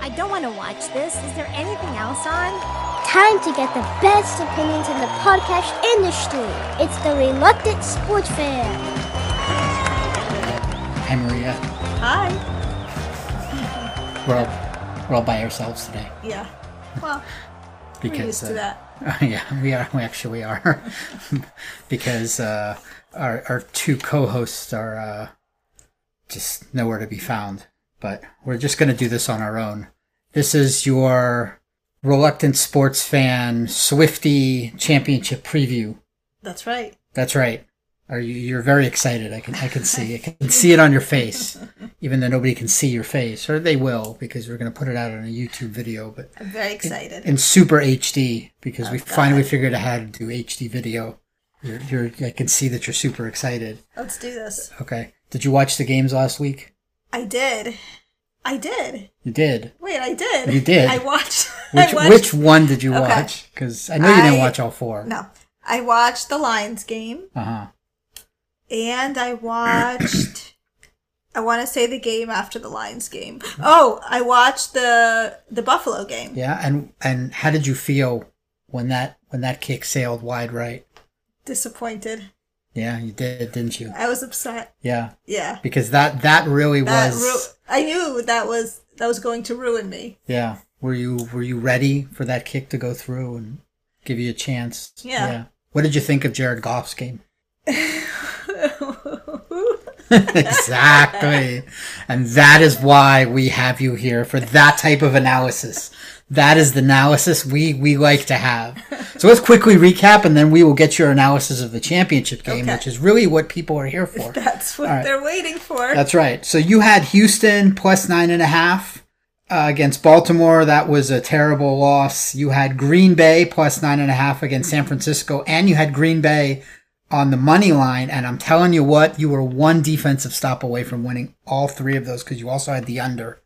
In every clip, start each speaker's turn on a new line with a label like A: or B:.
A: I don't want to watch this. Is there anything else on?
B: Time to get the best opinions in the podcast industry. It's the Reluctant Sports Fan.
C: Hi, Maria.
D: Hi.
C: We're all, we're all by ourselves today
D: Yeah. Well,
C: because
D: we're used to
C: uh,
D: that.
C: yeah, we are. We actually are because uh, our our two co-hosts are uh, just nowhere to be found. But we're just going to do this on our own. This is your reluctant sports fan Swifty championship preview.
D: That's right.
C: That's right. Are you? You're very excited. I can. I can see. I can see it on your face, even though nobody can see your face, or they will because we're going to put it out on a YouTube video. But
D: I'm very excited.
C: in super HD because we
D: Oh, God.
C: finally figured out how to do HD video. You're, you're, I can see that you're super excited.
D: Let's do this.
C: Okay. Did you watch the games last week?
D: I did. I did.
C: You did.
D: Wait, I did.
C: You did.
D: I watched.
C: Which
D: I watched.
C: which one did you
D: Okay.
C: watch? Because I know you didn't
D: I-
C: watch all four.
D: No. I watched the Lions game
C: Uh huh.
D: and I watched. I want to say the game after the Lions game. Oh, I watched the the Buffalo game.
C: Yeah. And and how did you feel when that when that kick sailed wide right?
D: Disappointed.
C: Yeah, you did, didn't you?
D: I was upset.
C: Yeah.
D: Yeah.
C: Because that that really
D: That
C: was.
D: ru- I knew that was that was going to ruin me.
C: Yeah. Were you were you ready for that kick to go through and give you a chance?
D: Yeah.
C: What did you think of Jared Goff's game?
D: That's
C: exactly. And that is why we have you here for that type of analysis. That is the analysis we, we like to have. So let's quickly recap and then we will get your analysis of the championship game,
D: Okay.
C: which is really what people are here for.
D: what
C: All right.
D: they're waiting for.
C: That's right. So you had Houston plus nine and a half uh, against Baltimore. That was a terrible loss. You had Green Bay plus nine and a half against San Francisco, and you had Green Bay on the money line. And I'm telling you what, you were one defensive stop away from winning all three of those because you also had the under.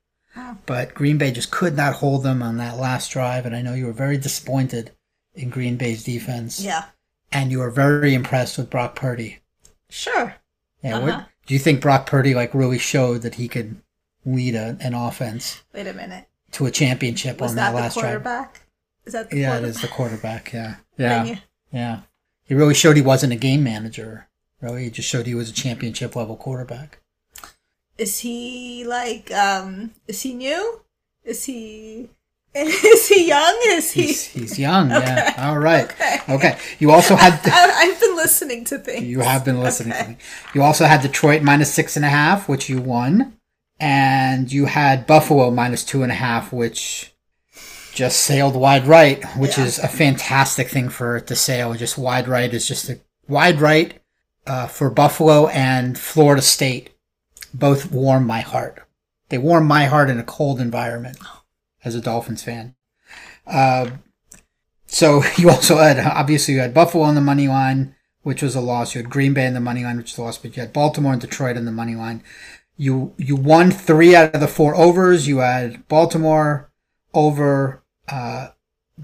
C: But Green Bay just could not hold them on that last drive, and I know you were very disappointed in Green Bay's defense,
D: yeah.
C: and you were very impressed with Brock Purdy.
D: Sure.
C: Yeah,
D: Uh-huh.
C: what, do you think Brock Purdy like really showed that he could lead a, an offense
D: Wait a minute.
C: to a championship
D: Was
C: on
D: that
C: that,
D: the
C: last drive?
D: quarterback? Is that the
C: Yeah, it
D: quarterback?
C: is the quarterback. Yeah,
D: Dang
C: yeah,
D: it.
C: yeah. He really showed he wasn't a game manager. Really, he just showed he was a championship level quarterback.
D: Is he like um is he new? Is he is he young? Is he
C: He's he's young. Yeah. All right.
D: Okay.
C: okay. You also had.
D: I, I've been listening to things.
C: You have been listening to me. You also had Detroit minus six and a half, which you won. And you had Buffalo minus two and a half, which just sailed wide right, which is a fantastic thing for it to sail. Just wide right is just a wide right uh, for Buffalo and Florida State. Both warm my heart. They warm my heart in a cold environment as a Dolphins fan. Uh, so you also had obviously you had Buffalo on the money line, which was a loss. You had Green Bay on the money line, which is a loss. But you had Baltimore and Detroit on the money line. You you won three out of the four overs. You had Baltimore over, uh,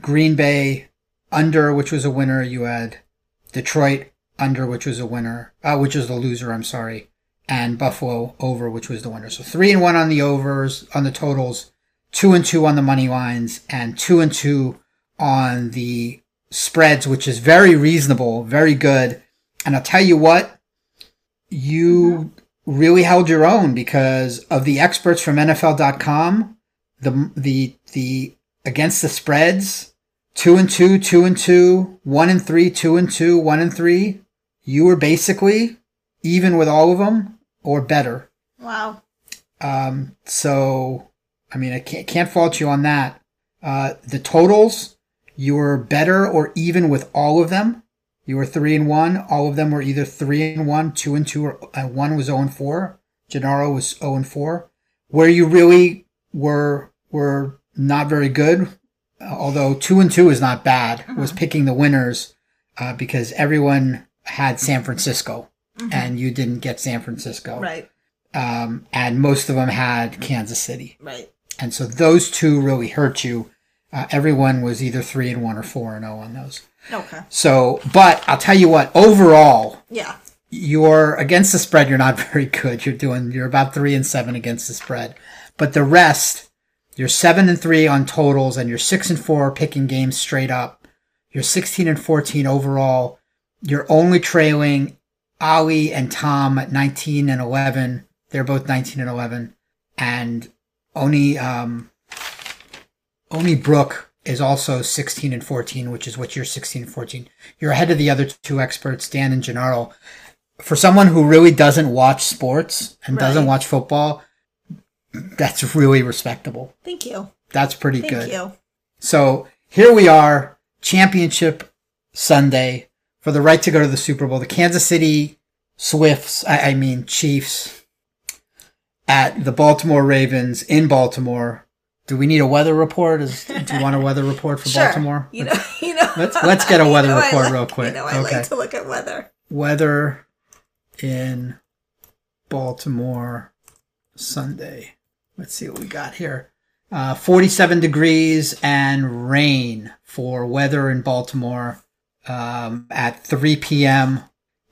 C: Green Bay under, which was a winner. You had Detroit under, which was a winner, uh, which was the loser. I'm sorry, and Buffalo over, which was the winner. So three and one on the overs on the totals, two and two on the money lines, and two and two on the spreads, which is very reasonable, very good. And I'll tell you what, you really held your own because of the experts from NFL.com, the the the against the spreads, two and two, two and two, one and three, two and two, one and three. You were basically even with all of them or better.
D: Wow.
C: Um, so, I mean, I can't, can't fault you on that. Uh, the totals, you were better or even with all of them. You were three and one. All of them were either three and one, two and two, or uh, one was zero and four. Gennaro was zero and four. Where you really were were not very good, uh, although two and two is not bad. Was picking the winners uh, because everyone had San Francisco, and you didn't get San Francisco
D: Right.
C: um, and most of them had Kansas City.
D: Right.
C: And so those two really hurt you. Uh, everyone was either three and one or four and zero on those.
D: Okay.
C: So, but I'll tell you what. Overall,
D: Yeah.
C: you're against the spread. You're not very good. You're doing. You're about three and seven against the spread. But the rest, You're seven and three on totals, and you're six and four picking games straight up. You're sixteen and fourteen overall. You're only trailing Ali and Tom at nineteen and eleven. They're both nineteen and eleven, and Oni um, Oni Brook is also sixteen and fourteen, which is what you're sixteen and fourteen. You're ahead of the other two experts, Dan and Gennaro. For someone who really doesn't watch sports and doesn't
D: Right.
C: watch football, that's really respectable.
D: Thank you.
C: That's pretty
D: Thank
C: good.
D: you.
C: So here we are, championship Sunday for the right to go to the Super Bowl. The Kansas City Swifts, I, I mean Chiefs, at the Baltimore Ravens in Baltimore. Do we need a weather report? Is, do you want a weather report for
D: Sure.
C: Baltimore?
D: You know, you know.
C: Let's- let's get a
D: you
C: weather
D: know I
C: report
D: like-
C: real quick.
D: You know, I
C: Okay.
D: like to look at weather.
C: Weather in Baltimore Sunday. Let's see what we got here. Uh, 47 degrees and rain for weather in Baltimore um, at 3 p.m.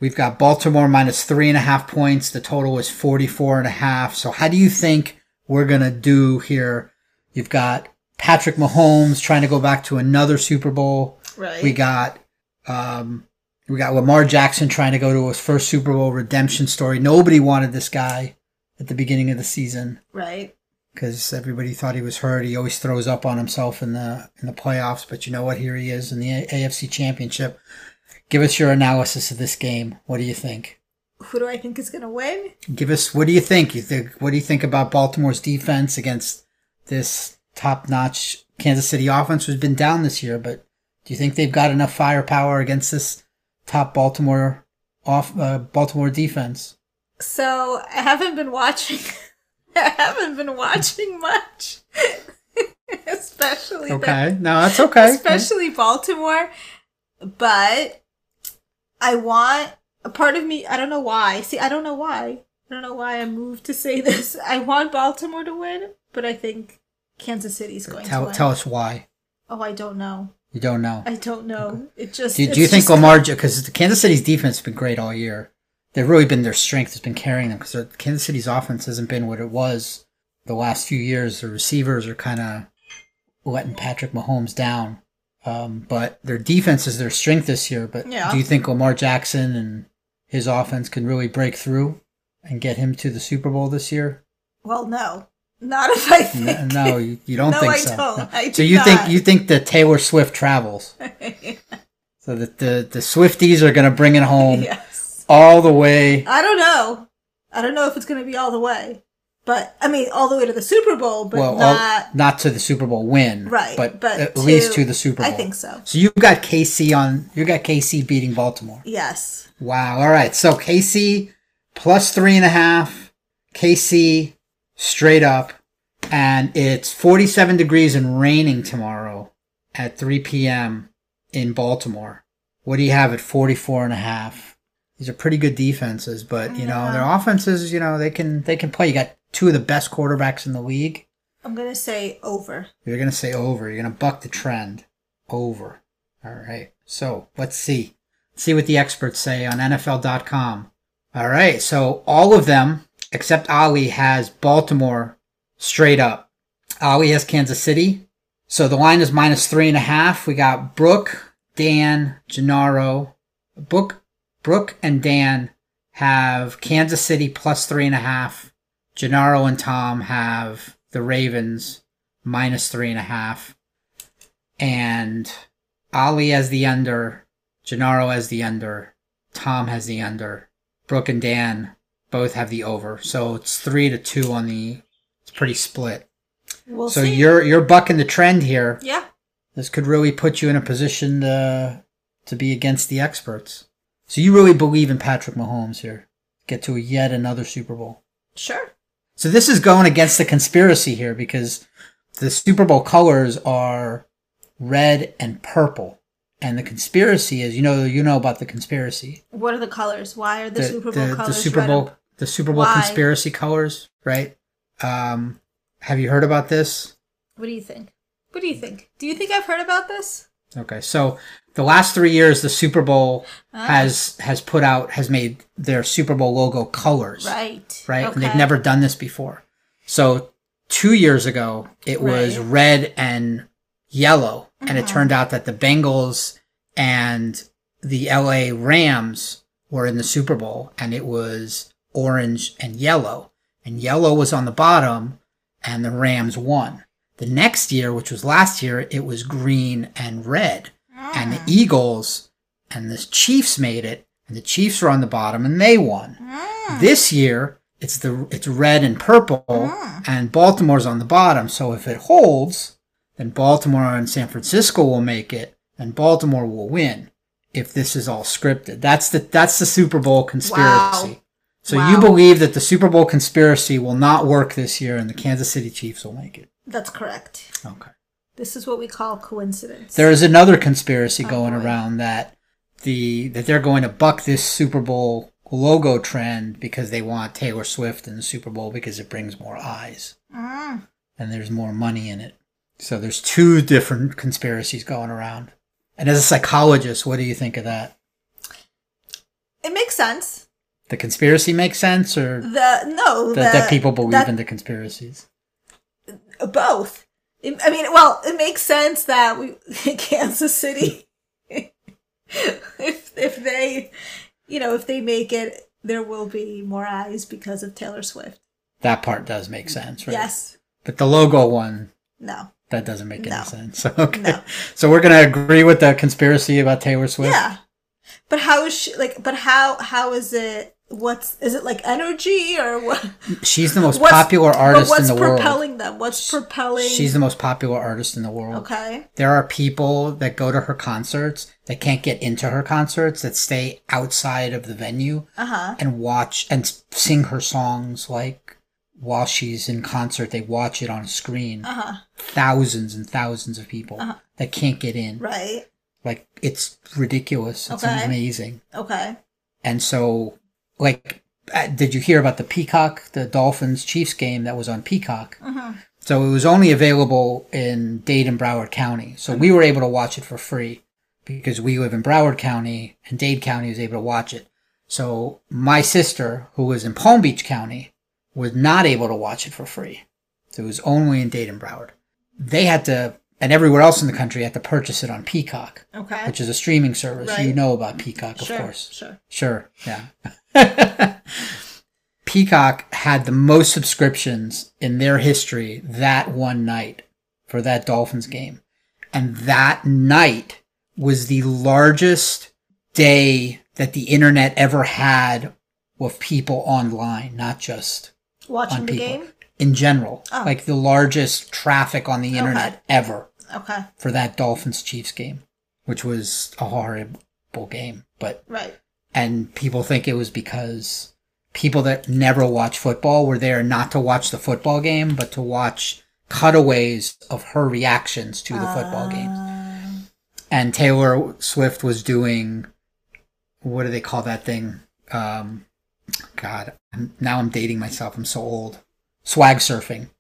C: We've got Baltimore minus three and a half points. The total was 44 and a half. So how do you think we're going to do here? You've got Patrick Mahomes trying to go back to another Super Bowl.
D: Right.
C: We got um, we got Lamar Jackson trying to go to his first Super Bowl redemption story. Nobody wanted this guy at the beginning of the season
D: right.
C: because everybody thought he was hurt. He always throws up on himself in the in the playoffs, but you know what? Here he is in the A- AFC Championship. Give us your analysis of this game. What do you think?
D: Who do I think is going to win?
C: Give us what do you think? You think what do you think about Baltimore's defense against this top-notch Kansas City offense who's been down this year, but do you think they've got enough firepower against this top Baltimore off uh, Baltimore defense?
D: So I haven't been watching. I haven't been watching much, especially the-
C: Okay. No, that's okay.
D: especially Baltimore. But I want a part of me. I don't know why. See, I don't know why. I don't know why I moved to say this. I want Baltimore to win, but I think Kansas City's going to
C: tell
D: win.
C: tell us why.
D: Oh, I don't know.
C: You don't know.
D: I don't know. It just.
C: Do,
D: it's
C: do you think
D: just-
C: Lamar? Because the Kansas City's defense has been great all year. They've really been their strength has been carrying them. Because Kansas City's offense hasn't been what it was the last few years. The receivers are kind of letting Patrick Mahomes down. Um, but their defense is their strength this year. But
D: Yeah.
C: do you think Lamar Jackson and his offense can really break through and get him to the Super Bowl this year?
D: Well, no, not if I think.
C: No, no you, you don't
D: No,
C: think
D: I
C: so.
D: don't.
C: No.
D: I
C: so
D: do
C: you think
D: not.
C: you think that Taylor Swift travels? So that the the Swifties are going to bring it home
D: yes.
C: all the way.
D: I don't know. I don't know if it's going to be all the way, but I mean, all the way to the Super Bowl, but
C: well, all-
D: not
C: not to the Super Bowl win,
D: right.
C: But,
D: But,
C: at least to the Super Bowl.
D: I think so.
C: So you got KC on. You got KC beating Baltimore.
D: Yes.
C: Wow. All right. So KC plus three and a half. KC straight up, and it's forty-seven degrees and raining tomorrow at three p.m. in Baltimore. What do you have at 44 and a half? These are pretty good defenses, but you know, their offenses, you know, they can they can play. You got two of the best quarterbacks in the league.
D: I'm going to say over.
C: You're going to say over. You're going to buck the trend. Over. All right. So let's see. see what the experts say on NFL.com. All right. So all of them, except Ali, has Baltimore straight up. Ali has Kansas City. So the line is minus three and a half. We got Brooke, Dan, Gennaro. Brooke, Brooke and Dan have Kansas City plus three and a half. Gennaro and Tom have the Ravens minus three and a half. And Ali as the under, Gennaro as the under, Tom has the under, Brooke and Dan both have the over. So it's three to two on the it's pretty split.
D: We'll
C: so
D: see.
C: you're you're bucking the trend here.
D: yeah.
C: This could really put you in a position to to be against the experts. So you really believe in Patrick Mahomes here. Get to yet another Super Bowl.
D: Sure.
C: So this is going against the conspiracy here because the Super Bowl colors are red and purple. And the conspiracy is, you know, you know about the conspiracy.
D: What are the colors? Why are the, Super Bowl colors?
C: the Super
D: red
C: Bowl,
D: and-
C: the Super Bowl
D: Why?
C: conspiracy colors, right? Um, have you heard about this?
D: What do you think? What do you think? Do you think I've heard about this?
C: Okay, so the last three years, the Super Bowl has has put out has made their Super Bowl logo colors,
D: Right.
C: right? And
D: Okay.
C: they've never done this before. So two years ago, it was
D: Right.
C: red and yellow. And it
D: Uh-huh.
C: turned out that the Bengals and the LA Rams were in the Super Bowl and it was orange and yellow. And yellow was on the bottom and the Rams won. The next year, which was last year, it was green and red. And
D: Ah.
C: the Eagles and the Chiefs made it and the Chiefs were on the bottom and they won.
D: Ah.
C: This year, it's the it's red and purple,
D: Ah.
C: and Baltimore's on the bottom. So if it holds, then Baltimore and San Francisco will make it, and Baltimore will win. If this is all scripted, that's the that's the Super Bowl conspiracy.
D: Wow.
C: So
D: Wow.
C: you believe that the Super Bowl conspiracy will not work this year, and the Kansas City Chiefs will make it?
D: That's correct.
C: Okay.
D: This is what we call coincidence.
C: There is another conspiracy
D: Oh,
C: going
D: boy.
C: around that the that they're going to buck this Super Bowl logo trend because they want Taylor Swift in the Super Bowl because it brings more eyes
D: Mm.
C: and there's more money in it. So there's two different conspiracies going around. And as a psychologist, what do you think of that?
D: It makes sense.
C: The conspiracy makes sense or that,
D: The no the,
C: that people believe
D: Uh, that-
C: in the conspiracies?
D: both. It- I mean, well, it makes sense that we Kansas City, if if they, you know, if they make it, there will be more eyes because of Taylor Swift.
C: That part does make sense, right?
D: Yes.
C: But the logo one
D: No.
C: that doesn't make
D: No.
C: any sense. Okay.
D: No.
C: So we're gonna agree with the conspiracy about Taylor Swift.
D: Yeah. But how is she like? But how how is it? What's is it like energy or what?
C: She's the most
D: what's-
C: popular
D: but
C: artist in
D: what's
C: the world.
D: propelling them? What's propelling?
C: She's the most popular artist in the world.
D: okay.
C: There are people that go to her concerts that can't get into her concerts that stay outside of the venue
D: Uh huh.
C: and watch and s- sing her songs like while she's in concert. They watch it on a screen.
D: Uh huh.
C: Thousands and thousands of people
D: Uh-huh.
C: that can't get in.
D: Right.
C: Like it's ridiculous. It's
D: Okay.
C: amazing.
D: Okay.
C: And so, like, uh, did you hear about the Peacock, the Dolphins Chiefs game that was on Peacock?
D: Uh-huh.
C: So it was only available in Dade and Broward County. So we were able to watch it for free because we live in Broward County and Dade County was able to watch it. So my sister, who was in Palm Beach County, was not able to watch it for free. So it was only in Dade and Broward. They had to, and everywhere else in the country, had to purchase it on Peacock,
D: Okay.
C: which is a streaming service. You
D: Right.
C: know about Peacock, of
D: sure.
C: course.
D: Sure.
C: Sure. Yeah. Peacock had the most subscriptions in their history that one night for that Dolphins game. And that night was the largest day that the internet ever had with people online, not just
D: Watching
C: on
D: the
C: people
D: game.
C: in general.
D: Oh.
C: Like the largest traffic on the internet
D: Okay.
C: ever
D: Okay.
C: for that Dolphins Chiefs game, which was a horrible game, but
D: Right.
C: and people think it was because people that never watch football were there not to watch the football game, but to watch cutaways of her reactions to the
D: Ah.
C: football games. And Taylor Swift was doing, what do they call that thing? Um, God, I'm, now I'm dating myself. I'm so old. Swag surfing.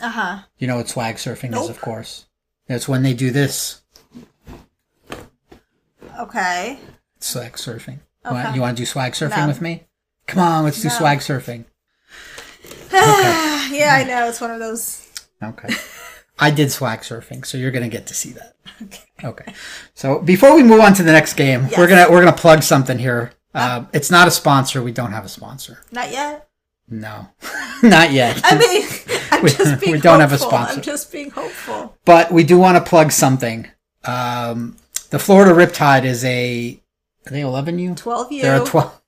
D: Uh huh.
C: You know what swag surfing is, of
D: Nope.
C: course. That's when they do this.
D: Okay.
C: Swag surfing. You
D: Okay.
C: want- You want to do swag surfing
D: No.
C: with me? Come on, let's do
D: No.
C: swag surfing.
D: yeah, I know. It's one of those.
C: Okay. I did swag surfing, so you're gonna get to see that. Okay. So before we move on to the next game, we're
D: Yes.
C: gonna we're gonna plug something here. Uh, it's not a sponsor. We don't have a sponsor.
D: Not yet.
C: No, not yet.
D: I mean, I'm
C: We-
D: just being
C: we don't have a
D: hopeful.
C: sponsor.
D: I'm just being hopeful.
C: but we do want to plug something. Um, the Florida Riptide is a are they 11 you?
D: 12 years.
C: They're a 12.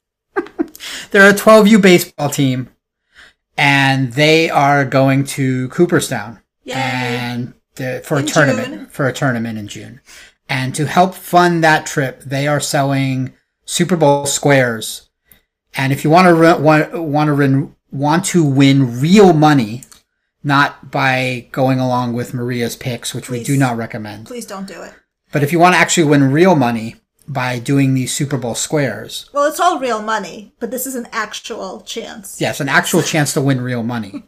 C: they're a 12U baseball team, and they are going to Cooperstown
D: Yay.
C: and the, for a
D: In
C: tournament
D: June.
C: for a tournament in June. And to help fund that trip, they are selling Super Bowl squares. And if you want to re- want, want to win, want to win real money, not by going along with Maria's picks, which we do
D: Please.
C: not recommend.
D: Please don't do it.
C: But if you want to actually win real money by doing these Super Bowl squares,
D: Well, it's all real money, but this is an actual chance.
C: Yes, an actual chance to win real money.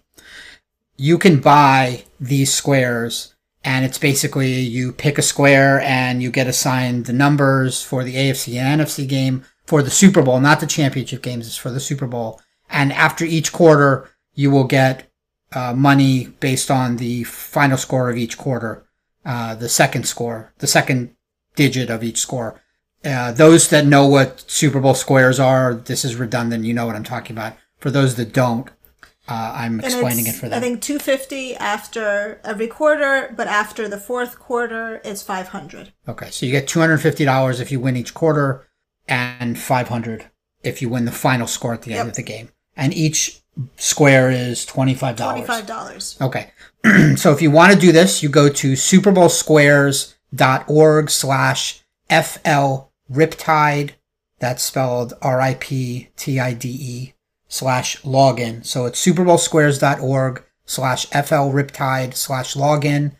C: You can buy these squares, and it's basically you pick a square and you get assigned the numbers for the AFC and NFC game for the Super Bowl, not the championship games, it's for the Super Bowl. And after each quarter, you will get uh, money based on the final score of each quarter, uh, the second score, the second digit of each score. Uh, those that know what Super Bowl squares are, this is redundant. You know what I'm talking about. For those that don't, uh, I'm
D: And
C: explaining it
D: it's,
C: for
D: I
C: them.
D: think 250 after every quarter, but after the fourth quarter, it's 500.
C: Okay, so you get two hundred fifty dollars if you win each quarter, and five hundred if you win the final score at the end
D: Yep.
C: of the game. And each square is twenty five dollars.
D: $25.
C: Okay, so if you want to do this, you go to superbowlsquares.org slash fl riptide. That's spelled R I P T I D E slash login. So it's superbowlsquares.org slash fl riptide slash login.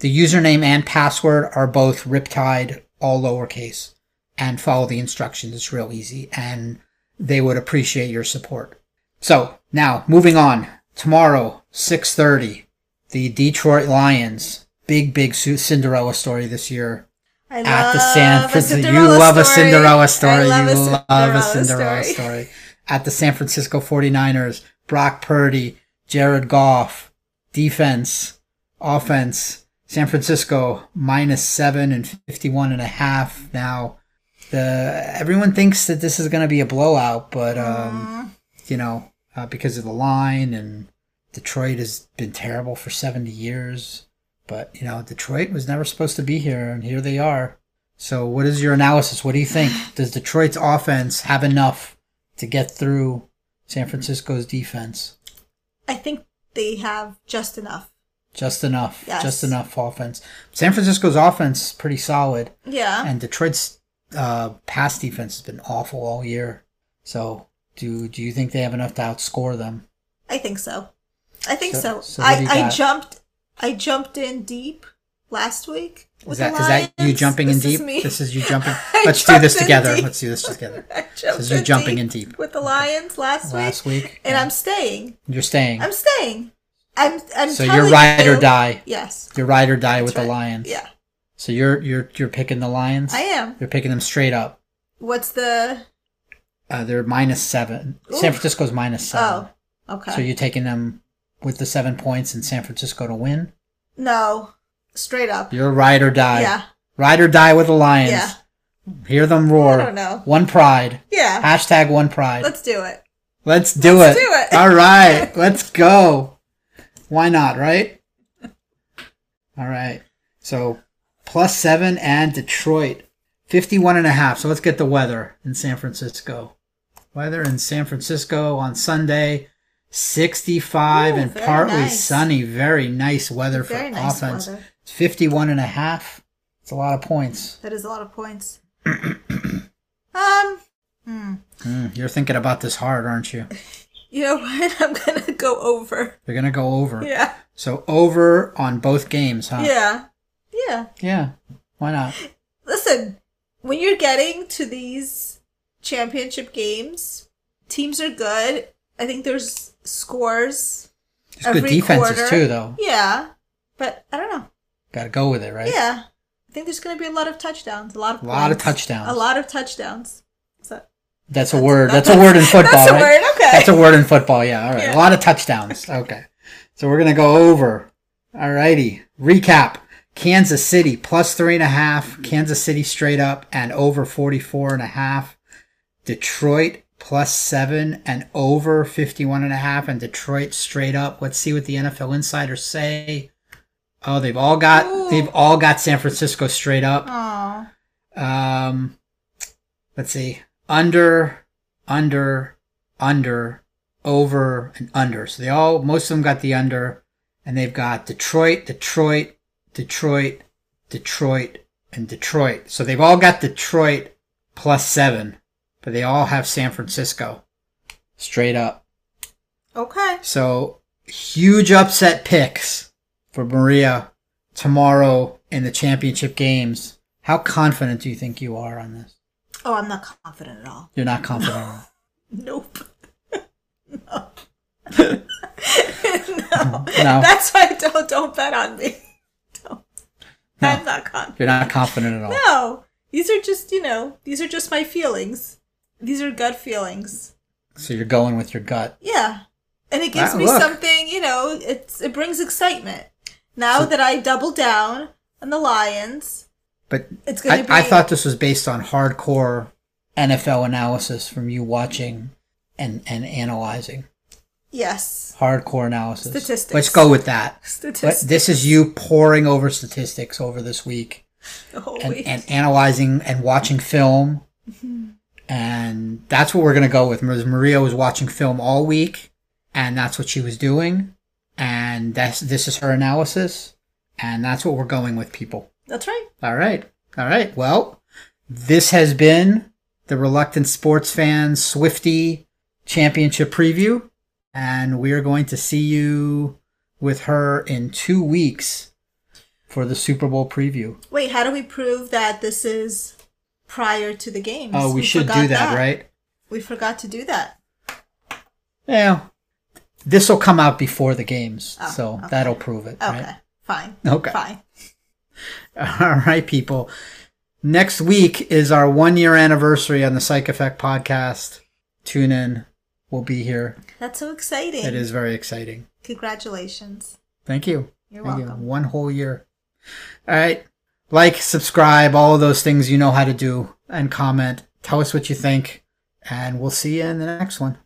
C: The username and password are both riptide, all lowercase, and follow the instructions. It's real easy, and they would appreciate your support. So now, moving on. Tomorrow, six thirty, the Detroit Lions. Big, big Su- Cinderella story this year
D: I
C: at the San
D: love a
C: Francisco. You
D: Cinderella
C: love a
D: story.
C: Cinderella
D: I
C: story. You
D: love a
C: love a
D: Cinderella
C: Cinderella
D: story.
C: story. At the San Francisco 49ers, Brock Purdy, Jared Goff, defense, offense, San Francisco minus seven and 51 and a half now. The, everyone thinks that this is going to be a blowout, but,
D: Mm-hmm.
C: um, you know, uh, because of the line and Detroit has been terrible for 70 years. But, you know, Detroit was never supposed to be here, and here they are. So, what is your analysis? What do you think? Does Detroit's offense have enough to get through San Francisco's defense?
D: I think they have just enough.
C: Just enough.
D: Yes.
C: Just enough offense. San Francisco's offense is pretty solid,
D: Yeah.
C: and Detroit's uh, pass defense has been awful all year. So, do do you think they have enough to outscore them?
D: I think so. I think
C: So-
D: so.
C: so what do you
D: I, I
C: got?
D: jumped I jumped in deep last week. With
C: Is that
D: the
C: is that you
D: Lions.
C: jumping
D: this
C: in deep?
D: Is me.
C: This is you jumping.
D: I
C: Let's do this
D: jumped in
C: together.
D: deep.
C: Let's do this together.
D: I jumped
C: This is you jumping in deep.
D: with the Lions last,
C: Last
D: week,
C: week,
D: and
C: yeah.
D: I'm staying.
C: You're staying.
D: I'm staying. I'm. I'm
C: So you're
D: telling
C: ride or
D: you-
C: die.
D: Yes.
C: You're ride or die with
D: That's
C: the
D: right.
C: Lions.
D: Yeah,
C: So you're you're you're picking the Lions.
D: I am.
C: You're picking them straight up.
D: What's the?
C: Uh, they're minus seven. San
D: Ooh.
C: Francisco's minus seven.
D: Oh, okay.
C: So you're taking them with the seven points in San Francisco to win.
D: no, straight up.
C: You're ride or die.
D: yeah.
C: Ride or die with the Lions.
D: Yeah.
C: Hear them roar.
D: I don't know.
C: One pride.
D: Yeah.
C: Hashtag one pride.
D: Let's do it.
C: Let's do
D: Let's
C: it.
D: do it.
C: All right. Let's go. Why not, right? All right. So plus seven and Detroit. 51 and a half. So let's get the weather in San Francisco. Weather in San Francisco on Sunday. 65
D: Ooh,
C: and
D: very
C: partly
D: nice.
C: sunny. Very nice weather for
D: Very nice
C: offense.
D: weather.
C: It's 51 and a half. It's a lot of points.
D: That is a lot of points. um. hmm.
C: Mm, you're thinking about this hard, aren't you?
D: You know what? I'm gonna go over.
C: You're going to go over.
D: Yeah.
C: So over on both games, huh?
D: Yeah. Yeah.
C: Yeah. Why not?
D: Listen, when you're getting to these championship games, teams are good. I think there's scores.
C: There's good
D: Every
C: defenses
D: quarter.
C: too, though.
D: Yeah. But I don't know.
C: Got to go with it, right?
D: Yeah. I think there's gonna be a lot of touchdowns. A lot of
C: A lot of
D: points,
C: touchdowns.
D: A lot of touchdowns. So
C: That's a word. That's a word in football,
D: That's a
C: right?
D: word, okay.
C: That's a word in football. Yeah. All right. A
D: Yeah.
C: lot of touchdowns. Okay. So we're gonna go over. All righty. Recap. Kansas City plus three and a half. Kansas City straight up and over 44 and a half. Detroit plus seven and over 51 and a half. And Detroit straight up. Let's see what the NFL insiders say. Oh, they've all got
D: Ooh.
C: they've all got San Francisco straight up.
D: Aw.
C: Um, let's see. Under, under, under, over, and under. So they all, most of them got the under, and they've got Detroit, Detroit, Detroit, Detroit, and Detroit. So they've all got Detroit plus seven, but they all have San Francisco straight up.
D: Okay.
C: So huge upset picks for Maria tomorrow in the championship games. How confident do you think you are on this?
D: Oh, I'm not confident at all.
C: You're not confident. at
D: Nope.
C: all. no,
D: That's why don't don't bet on me. Don't.
C: No.
D: I'm not confident.
C: you're not confident at all.
D: No, these are just you know these are just my feelings. These are gut feelings.
C: So you're going with your gut.
D: Yeah, And it gives
C: Ah,
D: me
C: look.
D: something, you know, it's it brings excitement. Now that I double down on the Lions,
C: But
D: It's gonna
C: I, I
D: be-
C: thought this was based on hardcore NFL analysis from you watching and, and analyzing.
D: yes.
C: Hardcore analysis.
D: Statistics.
C: Let's go with that. But
D: Statistics.
C: this is you poring over statistics over this week
D: the whole
C: and,
D: week.
C: and analyzing and watching film. And that's what we're going to go with. Because Maria was watching film all week, and that's what she was doing. And that's, this is her analysis. And that's what we're going with, people.
D: That's right.
C: All right. All right. Well, this has been the Reluctant Sports Fan Swifty Championship Preview. And we are going to see you with her in two weeks for the Super Bowl preview.
D: Wait, how do we prove that this is prior to the games?
C: Oh, we, should do
D: forgot
C: that, right?
D: We forgot to do that.
C: Yeah. This will come out before the games,
D: Oh,
C: so
D: okay.
C: that'll prove it.
D: Okay.
C: Right?
D: Fine.
C: Okay.
D: Fine.
C: All right, people. Next week is our one year anniversary on the Psych Effect podcast. Tune in. We'll be here.
D: That's so exciting.
C: It is very exciting.
D: Congratulations.
C: Thank you.
D: You're
C: Thank
D: welcome.
C: One whole year. All right. Like, subscribe, all of those things you know how to do, and comment. Tell us what you think, and we'll see you in the next one.